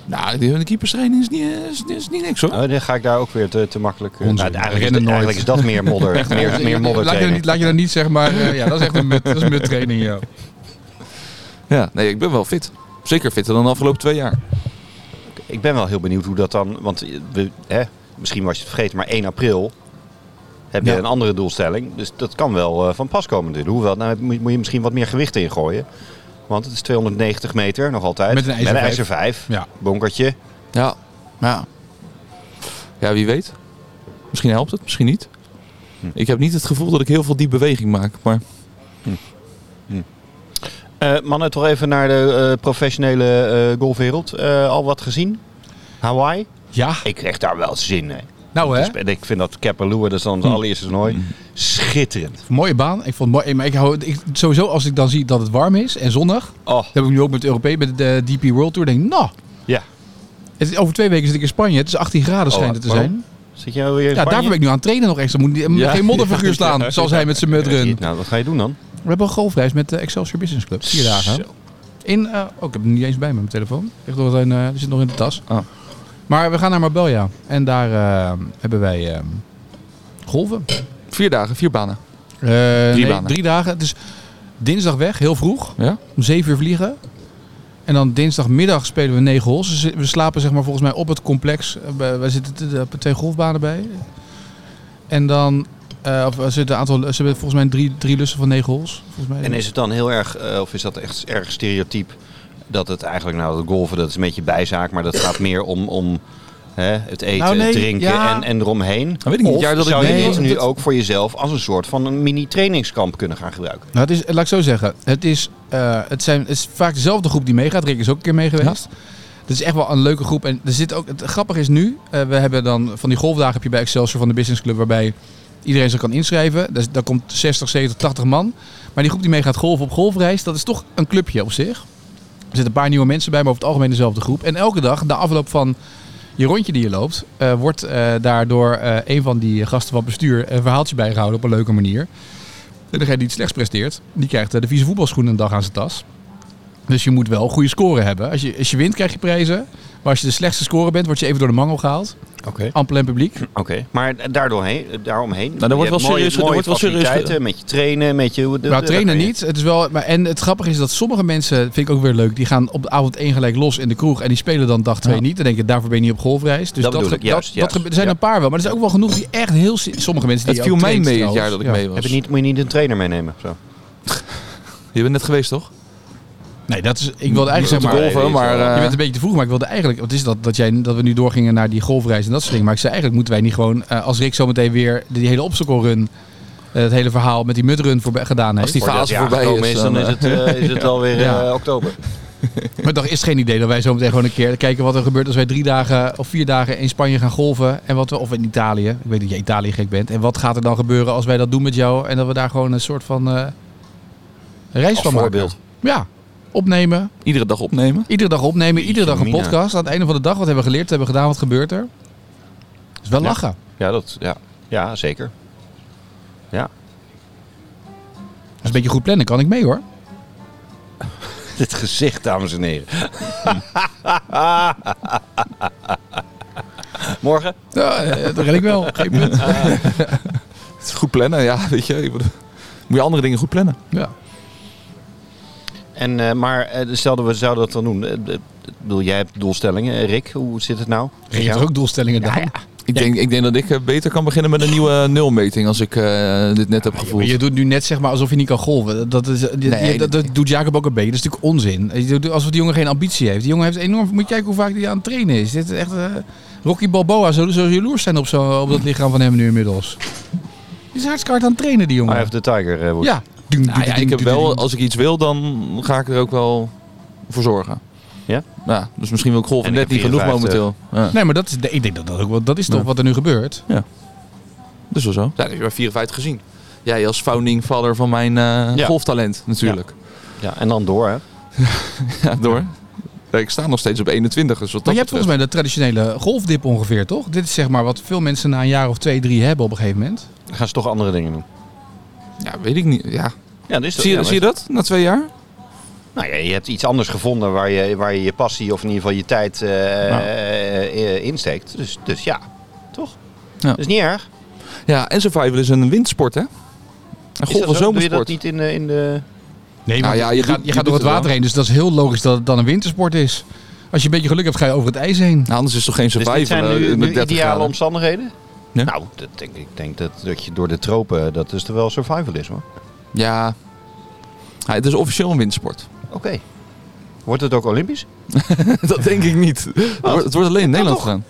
nou, die, de keeperstraining is niet, eh, is, is niet niks hoor. Oh, dan ga ik daar ook weer te, te makkelijk. eh, Onzin. nou, eigenlijk, is, Rennen nooit. eigenlijk is dat meer [laughs] modder. Echt meer, meer modder laat, je dat niet, laat je dat niet zeg maar. eh, ja, dat is echt een mut, dat is een muttraining. Ja. Ja, nee, ik ben wel fit. Zeker fitter dan de afgelopen twee jaar. Ik ben wel heel benieuwd hoe dat dan. Want eh, we, hè, misschien was je het vergeten, maar 1 april heb je Ja. een andere doelstelling. Dus dat kan wel eh, van pas komen. Dit. Hoewel, nou moet je- moet je misschien wat meer gewicht ingooien. Want het is 290 meter nog altijd. Met een ijzer vijf. 5. Ja. Bonkertje. Ja, ja. Ja, wie weet. Misschien helpt het, misschien niet. Ik heb niet het gevoel dat ik heel veel die beweging maak, maar Eh, mannen, toch even naar de eh, professionele eh, golfwereld. Eh, al wat gezien? Hawaii? ja, Ik krijg daar wel zin in. nou hè. Dus ben- ik vind dat Kapalua, dat is dan het allereerste toernooi, schitterend. Mooie baan. Ik vond het mooi. Maar ik hou, ik, sowieso als ik dan zie dat het warm is en zonnig. Oh, Dat heb ik nu ook met de Europee, met de DP World Tour. Denk ik, nou. ja. Het is, over twee weken zit ik in Spanje. Het is 18 graden Oh, schijnt het te waarom? zijn. Zit jij weer in Ja, daarvoor ben ik nu aan het trainen nog extra. Moet niet- Ja. geen modderfiguur [laughs] Ja. staan, zoals hij met zijn mutrun. Nou, wat ga je doen dan? We hebben een golfreis met de Excelsior Business Club. Vier dagen. Zo. In, eh, oh, ik heb hem niet eens bij me, mijn telefoon. Ligt nog in, eh, die zit nog in de tas. Ah. Maar we gaan naar Marbella. En daar eh, hebben wij eh, golven. Vier dagen, vier banen. Eh, nee, banen. drie dagen. Dus dinsdag weg, heel vroeg. Ja? Om zeven uur vliegen. En dan dinsdagmiddag spelen we negen holes. Dus we slapen zeg maar volgens mij op het complex. Eh, bij- Wij zitten t- eh, twee golfbanen bij. En dan... eh, of er zitten een aantal, ze hebben volgens mij drie, drie lussen van negen holes. Volgens mij. En is het dan heel erg, eh, of is dat echt erg stereotyp, dat het eigenlijk, nou dat golven dat is een beetje bijzaak, maar dat gaat meer om, om hè, het eten, Nou, nee, het drinken ja. en, en eromheen. weet ik niet. Of Ja, dat ik- zou je nee, dit nu dat- ook voor jezelf als een soort van een mini-trainingskamp kunnen gaan gebruiken? Nou, het is, laat ik zo zeggen. Het is, eh, het, zijn, het is vaak dezelfde groep die meegaat. Rick is ook een keer mee geweest. Dat is echt wel een leuke groep. En er zit ook, het grappige is nu, eh, we hebben dan van die golfdagen heb je bij Excelsior van de Business Club, waarbij iedereen zich kan inschrijven. Dus, daar komt 60, 70, 80 man. Maar die groep die meegaat golven op golfreis, dat is toch een clubje op zich. Er zitten een paar nieuwe mensen bij, maar over het algemeen dezelfde groep. En elke dag, na afloop van je rondje die je loopt, eh, wordt eh, daardoor eh, een van die gasten van het bestuur een verhaaltje bijgehouden op een leuke manier. En degene die het slechts presteert, die krijgt eh, de vieze voetbalschoenen een dag aan zijn tas. Dus je moet wel goede score hebben. Als je, als je wint, krijg je prijzen. Maar als je de slechtste scorer bent, word je even door de mangel gehaald. Oké. Ample en publiek. Oké, maar daardoorheen, daaromheen. wordt je wel hebt serieus- er mooie wordt wel serieus faciliteiten Met je trainen, met je. hoe- Maar dat- trainen dat- niet. Het is wel, maar, en het grappige is dat sommige mensen, vind ik ook weer leuk, die gaan op de avond één gelijk los in de kroeg. En die spelen dan dag twee Ja. niet. Dan denk je, daarvoor ben je niet op golfreis. Dus Dat dat, bedoel ge- ik, juist, dat- juist. dat ge- er zijn Ja. een paar wel. Maar er zijn ook wel genoeg die echt heel... si- Sommige mensen die Het je viel ook mij traint mee het trouwens. jaar dat ik Ja. mee was. Heb je niet, moet je niet een trainer meenemen? Zo. Je bent net geweest, toch? Nee, dat is, ik wilde eigenlijk Niet zeg om maar... te maar- golven, maar... eh, Je bent een beetje te vroeg, maar ik wilde eigenlijk... Wat is dat, dat, jij, dat we nu doorgingen naar die golfreis en dat soort dingen. Maar ik zei eigenlijk moeten wij niet gewoon... eh, als Rick zometeen weer die hele obstacle run... eh, het hele verhaal met die mudrun voorbij gedaan heeft. Als die- Voordat fase je voorbij aangekomen is, is, dan dan, is het, eh, is het alweer Ja. eh, oktober. Maar ik dacht, is het geen idee dat wij zometeen gewoon een keer kijken wat er gebeurt... als wij drie dagen of vier dagen in Spanje gaan golven. En wat we, of in Italië. Ik weet dat je Italië gek bent. En wat gaat er dan gebeuren als wij dat doen met jou... en dat we daar gewoon een soort van eh, reis Als van maken. voorbeeld. Ja, opnemen. Iedere dag opnemen. Iedere dag opnemen, iedere dag een Mina. podcast. Aan het einde van de dag, wat hebben we geleerd, wat hebben we gedaan, wat gebeurt er? is wel Ja. lachen. Ja, dat, ja. ja zeker. Dat is een beetje goed plannen, kan ik mee hoor. [laughs] Dit gezicht, dames en heren. [laughs] Morgen? Ja, eh, dat red ik wel. [laughs] Geen punt. Het is goed plannen, ja, [laughs] weet je. Ik bedoel, Moet je andere dingen goed plannen. Ja. En, eh, maar eh, stelden we zouden dat dan doen. Eh, eh, Ik bedoel, jij hebt doelstellingen. Eh, Rick, hoe zit het nou? Je hebt er ook doelstellingen dan. Ik denk, ik denk dat ik eh, beter kan beginnen met een nieuwe eh, nulmeting als ik eh, dit net heb Maar gevoeld. je doet nu net zeg maar alsof je niet kan golven. Dat, is, eh, je- Nee, je- dat, dat doet Jacob ook een beetje. Dat is natuurlijk onzin. Je doet- Alsof die jongen geen ambitie heeft. Die jongen heeft enorm... Moet je kijken hoe vaak hij aan het trainen is. Dit is echt... eh, Rocky Balboa zou zo jaloers zijn op, zo, op dat lichaam van hem nu inmiddels. Die is hartstikke hard aan het trainen, die jongen. Eye of the Tiger eh, wordt. ja. Nou ja, ik heb wel, als ik iets wil, dan ga ik er ook wel voor zorgen. Ja? Ja, dus misschien wil ik golven En net ik niet heb genoeg 54. momenteel. Ja, Nee, maar dat is, ik denk dat dat ook wel... Dat is toch Ja. wat er nu gebeurt. dus wel zo. Ja, dan heb je maar 54 gezien. Jij als founding father van mijn eh, Ja. golftalent natuurlijk. ja. En dan door, hè? Ja, [laughs] door. Ja, ik sta nog steeds op 21, dus wat Maar dat je hebt volgens betreft- mij de traditionele golfdip ongeveer, toch? Dit is zeg maar wat veel mensen na een jaar of twee, drie hebben op een gegeven moment. Dan gaan ze toch andere dingen doen. Ja, weet ik niet. Ja. Ja, dat is toch- Zie, je, ja, zie je dat na twee jaar? Nou ja, je hebt iets anders gevonden waar je waar je, je passie of in ieder geval je tijd eh, Nou. eh, eh, insteekt. Dus, dus ja, toch? Ja. Dat is niet erg. Ja, en survival is een windsport, hè? Een Is golf dat een zo? Doe je dat zomersport. niet in de... In de... Nee, Nou maar ja, je, je gaat, doet- je je gaat door het doet het water wel. heen, dus dat is heel logisch dat het dan een wintersport is. Als je een beetje geluk hebt, ga je over het ijs heen. Nou, anders is toch geen Dus survival dit zijn nu, eh, nu met 30 ideale graden. omstandigheden? Ja. Nou, dat denk, ik denk dat, dat je door de tropen, dat is er wel survival is hoor. Ja. Ja, het is officieel een windsport. [laughs] Oké. Wordt het ook Olympisch? dat denk ik niet. Het wordt- Het wordt alleen in Nederland toch? gedaan.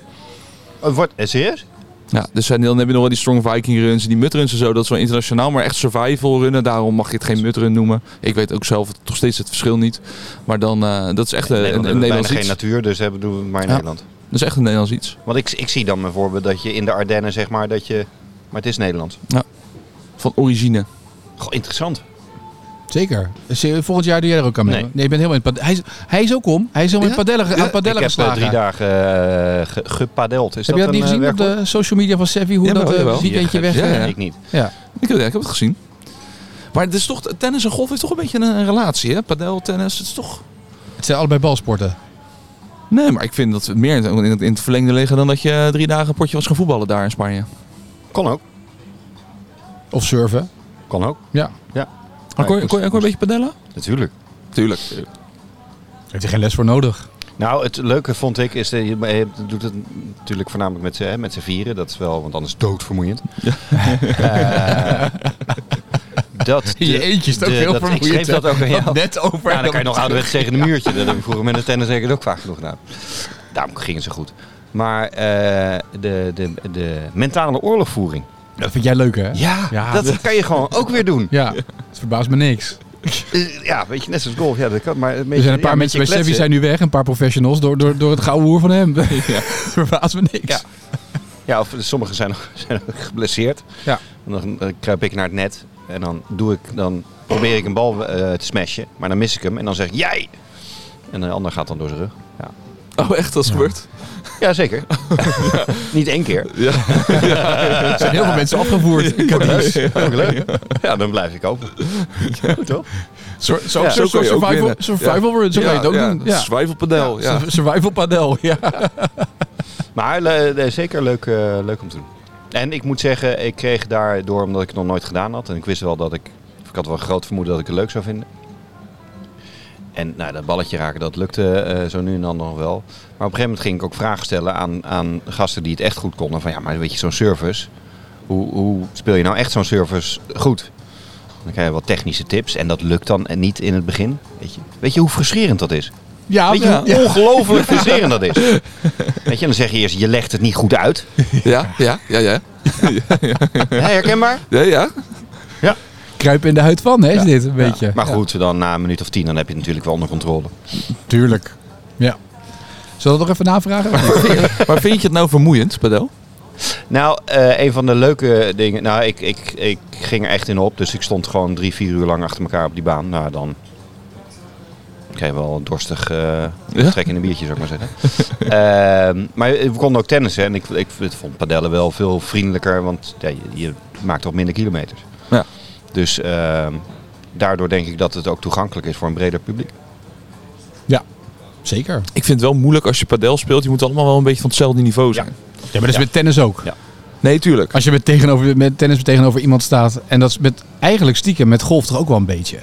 Eh, Wordt, eh, serieus? Ja, dus zijn- dan heb je nog wel die strong viking runs en die mutruns en zo. Dat is wel internationaal, maar echt survival runnen. Daarom mag je het geen mutrun noemen. Ik weet ook zelf toch steeds het verschil niet. Maar dan, eh, dat is echt eh, Nee, want we een, een hebben bijna Nederlands geen iets. Dat natuur, dus hebben, doen we het maar in Ja. Nederland. is echt een Nederlands iets. Want ik, ik zie dan bijvoorbeeld dat je in de Ardennen zeg maar dat je... Maar het is Nederland. Van origine. Goh, interessant. Zeker. Dus, eh, Volgend jaar doe jij er ook aan mee. Nee. Nee, je bent helemaal in het pad- hij, is, hij is ook om. Hij is helemaal in padellen, ge- aan het ik padellen heb eh, geslagen. drie dagen eh, ge- gepadeld. Is heb je dat een, niet eh, gezien op werkwoord? de social media van Sevi? Hoe Jawel, dat eh, jawel. weekendje Ja, weg... ja, eh, ja. Ik niet. ja. Ik, ja, ik heb het gezien. Maar het is toch, tennis en golf heeft toch een beetje een, een relatie, hè? Padel, tennis, het is toch... Het zijn allebei balsporten. Nee, maar ik vind dat we meer in het, in het verlengde liggen dan dat je drie dagen een potje was gaan voetballen daar in Spanje. Kon ook. Of surfen. Kan ook. Ja. Ja. Maar kon, je, kon, je- kon je een beetje padellen? Natuurlijk. Tuurlijk. Heeft hij geen les voor [laughs] nodig. Nou, het leuke vond ik is, dat je eh, je doet het natuurlijk voornamelijk met z'n hè, met z'n vieren. Dat is wel, want anders [laughs] doodvermoeiend. Eh, dat de- [laughs] Je eentje is ook de- heel dat, vermoeiend. Ik schreef dat ook aan [laughs] jou. Net over. Ja, [laughs] dan kan je nog ouderwets tegen een muurtje. Dat heb ik vroeger met de tennis zeker ook vaak genoeg gedaan. Daarom gingen ze goed. Maar eh, de, de, de mentale oorlogvoering. Dat vind jij leuk, hè? Ja, Ja. dat kan je gewoon ook weer doen. Ja, het verbaast me niks. Eh, Ja, weet je, net zoals golf. Ja, dat kan, maar Er zijn een paar mensen bij Sevi zijn nu weg, een paar professionals, door, door, door het gouden hoer van [laughs] hem. verbaast me niks. Ja. Ja, of sommigen zijn, nog- [laughs] zijn nog geblesseerd. Ja. En dan eh, kruip ik naar het net. En dan, doe ik, dan probeer ik een bal eh, te smashen. Maar dan mis ik hem. En dan zeg ik, jij! En de ander gaat dan door zijn rug. Ja, Oh, echt? Dat is gebeurd? ja zeker. [laughs] Niet één keer. Ja. Er zijn heel veel mensen afgevoerd. Cadiz. Ook leuk. Ja, dan blijf ik open. Toch? Zo, zo, Ja, zo, zo kun je ook survival, winnen. survival run, zo kan je het ook doen. Ja. Zwijfelpadel, ja. Survival padel, ja. Maar le- le- zeker leuk, eh, leuk om te doen. En ik moet zeggen, ik kreeg daardoor, omdat ik het nog nooit gedaan had. En ik wist wel dat ik, of ik had wel een groot vermoeden dat ik het leuk zou vinden. En nou, dat balletje raken, dat lukte eh, zo nu en dan nog wel. Maar op een gegeven moment ging ik ook vragen stellen aan, aan gasten die het echt goed konden. Van ja, maar weet je, zo'n service, hoe, hoe speel je nou echt zo'n service goed? Dan krijg je wat technische tips en dat lukt dan en niet in het begin. Weet je, weet je hoe frustrerend dat is? Ja, Ah, Weet [laughs] je ja. hoe ongelooflijk frustrerend dat is? Weet je, en dan zeg je eerst, je legt het niet goed uit. Ja, ja, ja, ja. Ja, herkenbaar. Ja, ja. Kruipen in de huid van, hè, is dit een beetje. Maar goed, dan na een minuut of tien, dan heb je het natuurlijk wel onder controle. Tuurlijk. Ja. Zullen we dat nog even navragen? [laughs] Maar vind je het nou vermoeiend, padel? Nou, eh, een van de leuke dingen... Nou, ik, ik, ik ging er echt in op. Dus ik stond gewoon drie, vier uur lang achter elkaar op die baan. Nou, dan krijg je wel een dorstig eh Ja. trek in een biertje, zou ik [laughs] maar zeggen. Ehm, maar we konden ook tennissen. En ik, ik vond padellen wel veel vriendelijker. Want ja, je, je maakt toch minder kilometers. Ja. Dus ehm, daardoor denk ik dat het ook toegankelijk is voor een breder publiek. ja, zeker. Ik vind het wel moeilijk als je padel speelt. Je moet allemaal wel een beetje van hetzelfde niveau zijn. Ja, maar dat is Ja. met tennis ook. Ja. Nee, tuurlijk. Als je met, tegenover, met tennis tegenover iemand staat. En dat is met, eigenlijk stiekem met golf toch ook wel een beetje.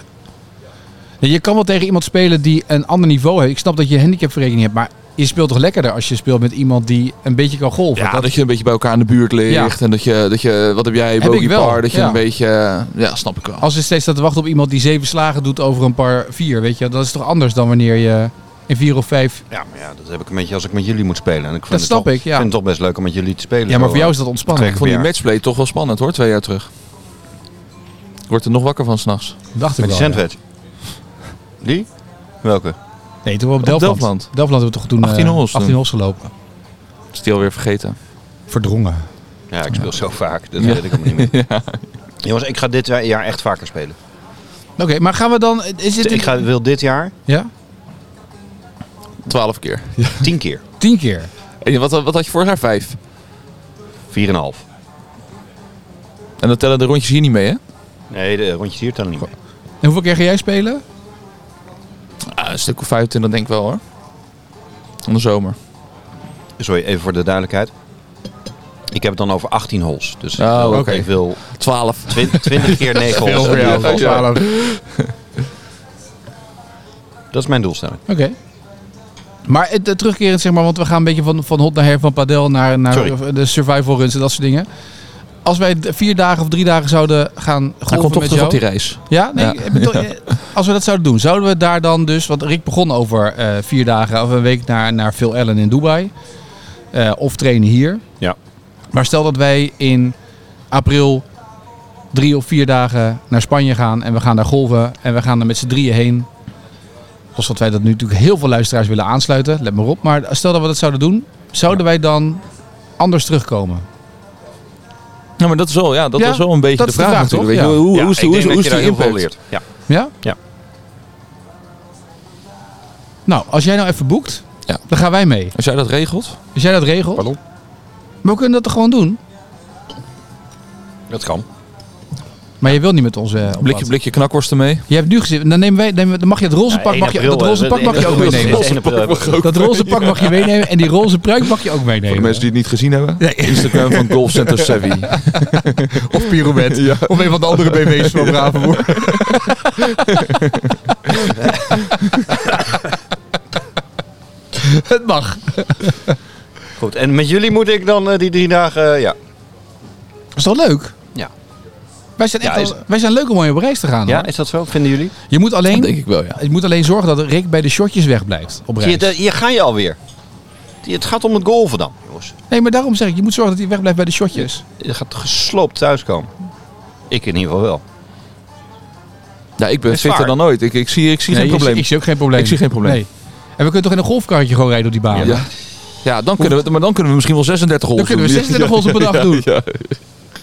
Nee, Je kan wel tegen iemand spelen die een ander niveau heeft. Ik snap dat je handicapverrekening hebt. Maar je speelt toch lekkerder als je speelt met iemand die een beetje kan golven. Ja, Dat- dat je een beetje bij elkaar in de buurt ligt. En dat je, dat je, wat heb jij, Heb ik bogey wel, par, dat je ja. een beetje, eh, ja, snap ik wel. Als je steeds staat te wachten op iemand die zeven slagen doet over een paar vier. Weet je, dat is toch anders dan wanneer je in vier of vijf... Ja, maar ja, dat heb ik een beetje als ik met jullie moet spelen. En ik vind Dat het snap toch, ik, ja. vind het toch best leuk om met jullie te spelen. Ja, maar Zo, voor jou is eh, dat ontspannen. ik vond die Ja. matchplay toch wel spannend hoor, twee jaar terug. Ik word er nog wakker van s'nachts. Dacht ik Met wel. die ja. sandwich. Die? Welke? Nee, toen we op, Op Delftland. Delftland. Delftland. hebben we toch toen eh, 18 holes toen. 18 holes gelopen. Stil weer vergeten. Verdrongen. Ja, ik speel zo vaak. Dat Ja. weet ik helemaal niet meer. Jongens, ik ga dit jaar echt vaker spelen. Oké, maar gaan we dan... Is dit Ik ga, wil dit jaar Ja? Twaalf keer. tien keer. Tien keer. En wat, wat had je vorig jaar? Vijf. Vier en een half. En dan tellen de rondjes hier niet mee, hè? Nee, de rondjes hier tellen niet meer. En hoeveel keer ga jij spelen? Ah, een stuk of 25 denk ik wel hoor. Van de zomer. Sorry, even voor de duidelijkheid. Ik heb het dan over 18 holes. Dus Oh, ik wil- oké. ik wil 12. 20, keer 9 holes. voor jou. Dat is- Ja. Oké. Dat is mijn doelstelling. Maar het eh, terugkerend, zeg maar, want we gaan een beetje van, van hot naar her, van padel naar, naar Sorry. de survival runs en dat soort dingen. Als wij d- vier dagen of drie dagen zouden gaan Dan golven komt toch met terug op jou, die reis. Ja, nee, [laughs] Ja. ik bedoel, eh, als we dat zouden doen, zouden we daar dan dus... Want Rick begon over eh, vier dagen of een week naar, naar Phil Allen in Dubai. Eh, of trainen hier. Ja. Maar stel dat wij in april drie of vier dagen naar Spanje gaan... en we gaan daar golven en we gaan er met z'n drieën heen. Zoals dat wij dat nu natuurlijk heel veel luisteraars willen aansluiten. Let maar op. Maar stel dat we dat zouden doen, zouden wij dan anders terugkomen? Ja, maar dat is wel, ja, dat Ja, was wel een beetje dat de is de vraag, vraag, natuurlijk. toch? Weet je, hoe, hoe Ja, is, ik hoe is, denk dat hoe is je daar de heel veel impact? leert. Ja. Ja? Ja. Nou, als jij nou even boekt, Ja. dan gaan wij mee. Als jij dat regelt? Als jij dat regelt... Pardon? Maar we kunnen dat toch gewoon doen? Dat kan. Maar je wilt niet met ons eh, op Blikje, pad. blikje knakworsten mee. Je hebt nu gezien. Dan, nemen wij, nemen, we- dan mag je het roze pak, mag je, dat eh, roze pak mag je ook meenemen. [laughs] Dat roze pak mag je meenemen en die roze pruik mag je ook Voor de meenemen. mensen die het niet gezien hebben. Nee. Instagram van [laughs] Golf Center Savvy. Of pirouette. Ja. Of een van de andere BV's van Bravenboer. [laughs] het mag. Goed, en met jullie moet ik dan eh, die drie dagen... eh, ja. Is dat leuk? Ja. Wij zijn, echt Ja, al- is- wij zijn leuk om mooi op reis te gaan. ja, hoor. is dat zo? Vinden jullie? Je, moet alleen, denk ik wel, ja. je moet alleen zorgen dat Rick bij de shotjes wegblijft op Zie je, reis. daar- hier ga je alweer. Die- Het gaat om het golven dan, jongens. Nee, maar daarom zeg ik, je moet zorgen dat hij wegblijft bij de shotjes. Je gaat gesloopt thuiskomen. Ik in ieder geval wel. Ja, ik ben Is waar. fitter dan ooit. Ik, ik zie, ik zie Nee, geen ik zie- probleem. Ik zie ook geen probleem. Ik zie geen probleem. Nee. En we kunnen toch in een golfkarretje gewoon rijden door die baan? ja. ja, dan kunnen we, maar dan kunnen we misschien wel 36 holes Dan kunnen we doen. 36 holes op een dag doen. Ja,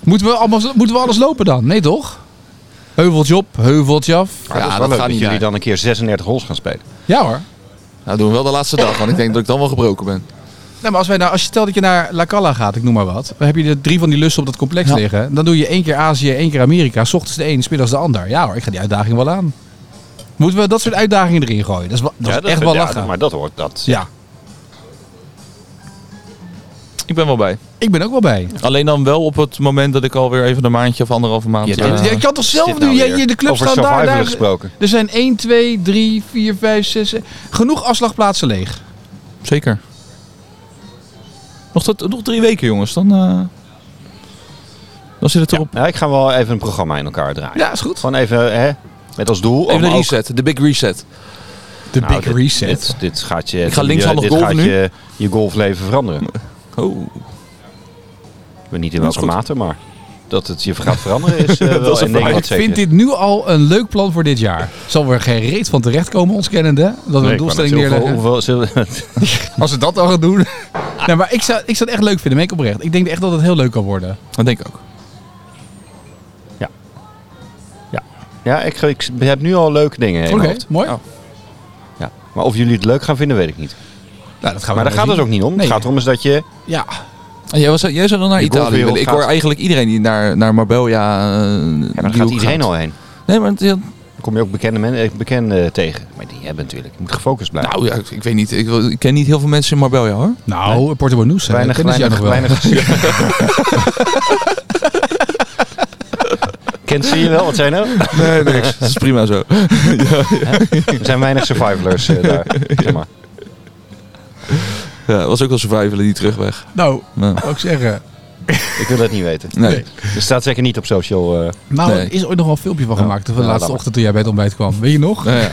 Moeten, we allemaal, moeten we alles lopen dan? Nee toch? Heuveltje op, heuveltje af. Maar Ja, dat is wel dat leuk gaat dat niet jullie naar. dan een keer 36 holes gaan spelen. Ja hoor. Nou, doen we wel de laatste dag, want ik denk dat ik dan wel gebroken ben. Nee, maar als, wij nou, als je stelt dat je naar La Calla gaat, ik noem maar wat. Dan heb je de drie van die lussen op dat complex Ja. liggen. Dan doe je één keer Azië, één keer Amerika. S ochtends de een, s middags de ander. Ja hoor, ik ga die uitdaging wel aan. Moeten we dat soort uitdagingen erin gooien? Dat is, wel- dat is echt wel ja, lachen. Maar dat hoort dat. Ja, Ik ben wel bij. ik ben ook wel bij. Alleen dan wel op het moment dat ik alweer even een maandje of anderhalve maand... Ja, eh, dat- Je kan toch zelf Dit nu, nou je, weer. je- de club Over staan daar, survivalen daar. gesproken. Er zijn 1, 2, 3, 4, 5, 6. eh, Genoeg afslagplaatsen leeg. Zeker. Nog, dat, nog drie weken, jongens. Dan, eh, dan zit het erop. Ja, ik ga wel even een programma in elkaar draaien. Ja, is goed. Gewoon even, hè, met als doel... Even om een ook- reset. De big reset. De Nou, big dit- reset. Dit, dit gaat je, Ik ga dit- linkshandig dit golven gaat nu. Je, je golfleven veranderen. Oh. We niet in Dat is welke goed. mate, maar dat het je gaat veranderen is eh, wel is in een verhaal. Maar Nederland ik zeker. vind dit nu al een leuk plan voor dit jaar. Zal er geen reet van terechtkomen, ons kennende. Dat we Nee, een ik wou doelstelling net zeggen, neerleggen. hoeveel- hoeveel zullen- Als we dat al gaan doen. [laughs] nee, maar ik zou, ik zou het echt leuk vinden, meen ik oprecht. Ik denk echt dat het heel leuk kan worden. Dat denk ik ook. ja, ik, ga- ik heb nu al leuke dingen in Oké, mijn hoofd. mooi. Ja. Ja. Maar of jullie het leuk gaan vinden, weet ik niet. Nou, dat gaan we Maar daar gaat het ook niet om. Nee. Het gaat erom is dat je... Ja, En jij, was, jij zou dan naar Die Italië golfwereld willen. Ik hoor gaat- eigenlijk iedereen die naar, naar Marbella... eh Ja, maar daar gaat iedereen al heen. Nee, maar... het- ja, Dan kom je ook bekende, men, eh, bekenden tegen. Maar die hebben natuurlijk... Je moet gefocust blijven. nou, ja, ik, ik weet niet. Ik, wil- ik ken niet heel veel mensen in Marbella, hoor. nou, Porto Bonus. weinig, kennen ze jou weinig, nog wel. weinig. [laughs] Kent ze je wel? Wat zijn nou? Nee, niks. [laughs] Dat is prima zo. Er zijn weinig survivalors eh, daar. Zeg maar. Ja, was ook wel survival die terugweg. Nou, Nou, wou ik zeggen. Ik wil dat niet weten. nee. Nee. Er staat zeker niet op social. eh. Nou, Nee. er is ooit nog wel een filmpje van gemaakt. Van de Ja, laatste laat ochtend toen jij bij het ontbijt kwam. Weet je nog? [laughs] Nou ja.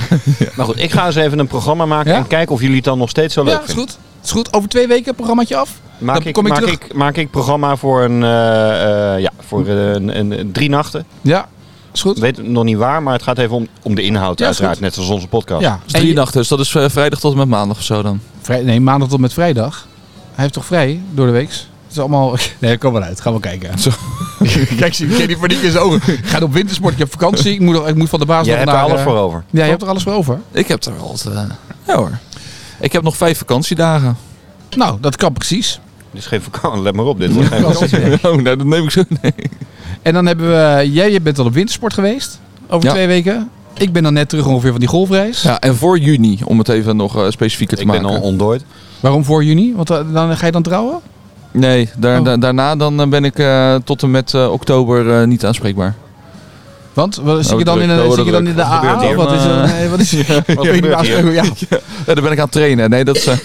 Maar goed, ik ga eens even een programma maken Ja? en kijken of jullie het dan nog steeds zo leuk Ja, is vinden. goed. Is goed. Over twee weken programmaatje af. Maak Dan ik, kom ik maak, terug. Hm. ik, maak ik programma voor een, eh, eh, ja, voor een, een, een- drie nachten. Ja, is goed. Ik weet het nog niet waar, maar het gaat even om, om de inhoud Ja, is uiteraard. goed. Net zoals onze podcast. Ja, Dus drie nachten. Dus dat is eh, vrijdag tot en met maandag of zo dan. Vrij, nee, maandag tot met vrijdag. Hij heeft toch vrij door de week? Het is allemaal. [laughs] Nee, kom maar uit. Gaan we kijken. Zo. [laughs] Kijk, zie je die paniek in zijn ogen. Ik ga op wintersport. Ik heb vakantie. Ik moet, nog- ik moet van de baas Jij nog hebt er naar, alles eh, voor over. Ja, je hebt er alles voor over. Ik heb er wel wat. eh, ja hoor. Ik heb nog vijf vakantiedagen. Nou, dat kan [laughs] precies. Dus geen vakantie, let maar op. Dit wordt geen vakantie. Oh, nou, dat neem ik zo. Nee. En dan hebben we. Jij je bent al op wintersport geweest. Over Ja. twee weken. Ik ben dan net terug ongeveer van die golfreis. Ja, en voor juni, om het even nog eh, specifieker te Ik ben maken. al ondooid. Waarom voor juni? Want eh, dan ga je dan trouwen? Nee, daar, Oh. da- daarna dan eh, ben ik eh, tot en met eh, oktober eh, niet aanspreekbaar. Want wat, zit Oh, je dan druk. in, een- Oh, zit dat je dan druk. in de Wat gebeurt AA? Of hier? Wat is er? Maar- [laughs] Nee, wat is er? [laughs] Wat ben je gebeurt niet hier? Ja. Ja, daar ben ik aan [laughs] het trainen. Nee, dat is, eh,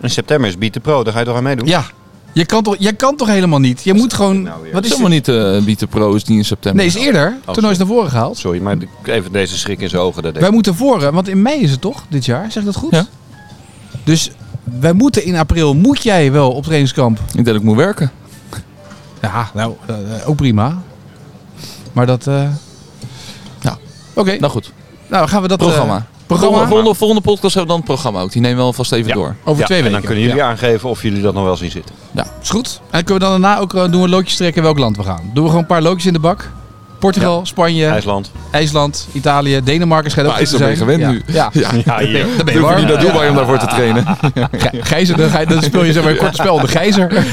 In september is Beat the Pro, daar ga je toch aan meedoen? ja. Je kan, toch, je kan toch helemaal niet? Je moet gewoon... nou weer? wat is helemaal dit? niet de Beat the Pro, is die in september. Nee, is eerder. Toernooi is naar voren gehaald. Oh, Sorry, maar de- even deze schrik in zijn ogen. Dat Wij moeten voren, want in mei is het toch, dit jaar? Zeg ik dat goed? Ja. Dus wij moeten in april, moet jij wel op trainingskamp? Ik denk dat ik moet werken. Ja, nou, eh, eh, ook prima. Maar dat... eh, Nou, oké. Nou goed, Nou, gaan we dat... eh, programma. programma? Volgende, volgende podcast hebben we dan het programma ook. Die nemen we alvast even Ja. door. Over Ja, twee en weken. dan kunnen jullie Ja, aangeven of jullie dat nog wel zien zitten. Is goed. En kunnen we dan daarna ook eh, doen we loodjes trekken welk land we gaan. Doen we gewoon een paar loodjes in de bak. Portugal, Spanje, IJsland. IJsland, Italië, Denemarken schijnt ook Maar goed is te er mee zijn. gewend ja. nu. Ja. Ja. Ja, hier. Daar ben je Doe ik warm. niet naar Ja. Dubai om daarvoor te trainen. Gij- Gijzer, dan, ga je- dan speel je zeg maar een kort spel. De Gijzer.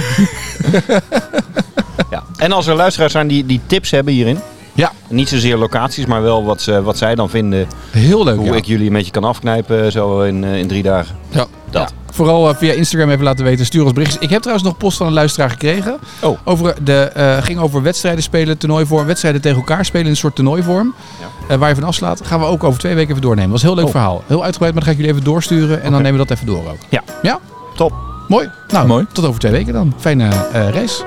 Ja. En als er luisteraars zijn die, die tips hebben hierin. Ja. Niet zozeer locaties, maar wel wat, ze, wat zij dan vinden. Heel leuk. Hoe ja. ik jullie een beetje kan afknijpen zo in, eh, in drie dagen. Ja. Dat. Vooral eh, via Instagram even laten weten. Stuur ons berichtjes. Ik heb trouwens nog post van een luisteraar gekregen. Oh. Over de, eh, ging over wedstrijden spelen, toernooivorm. Wedstrijden tegen elkaar spelen in een soort toernooivorm. Eh, waar je van afslaat. Gaan we ook over twee weken even doornemen. Dat was een heel leuk Oh. verhaal. Heel uitgebreid, maar dan ga ik jullie even doorsturen. En dan Oké. nemen we dat even door ook. Ja. Ja? Top. Mooi. Nou, Mooi. tot over twee weken dan. Fijne eh, reis.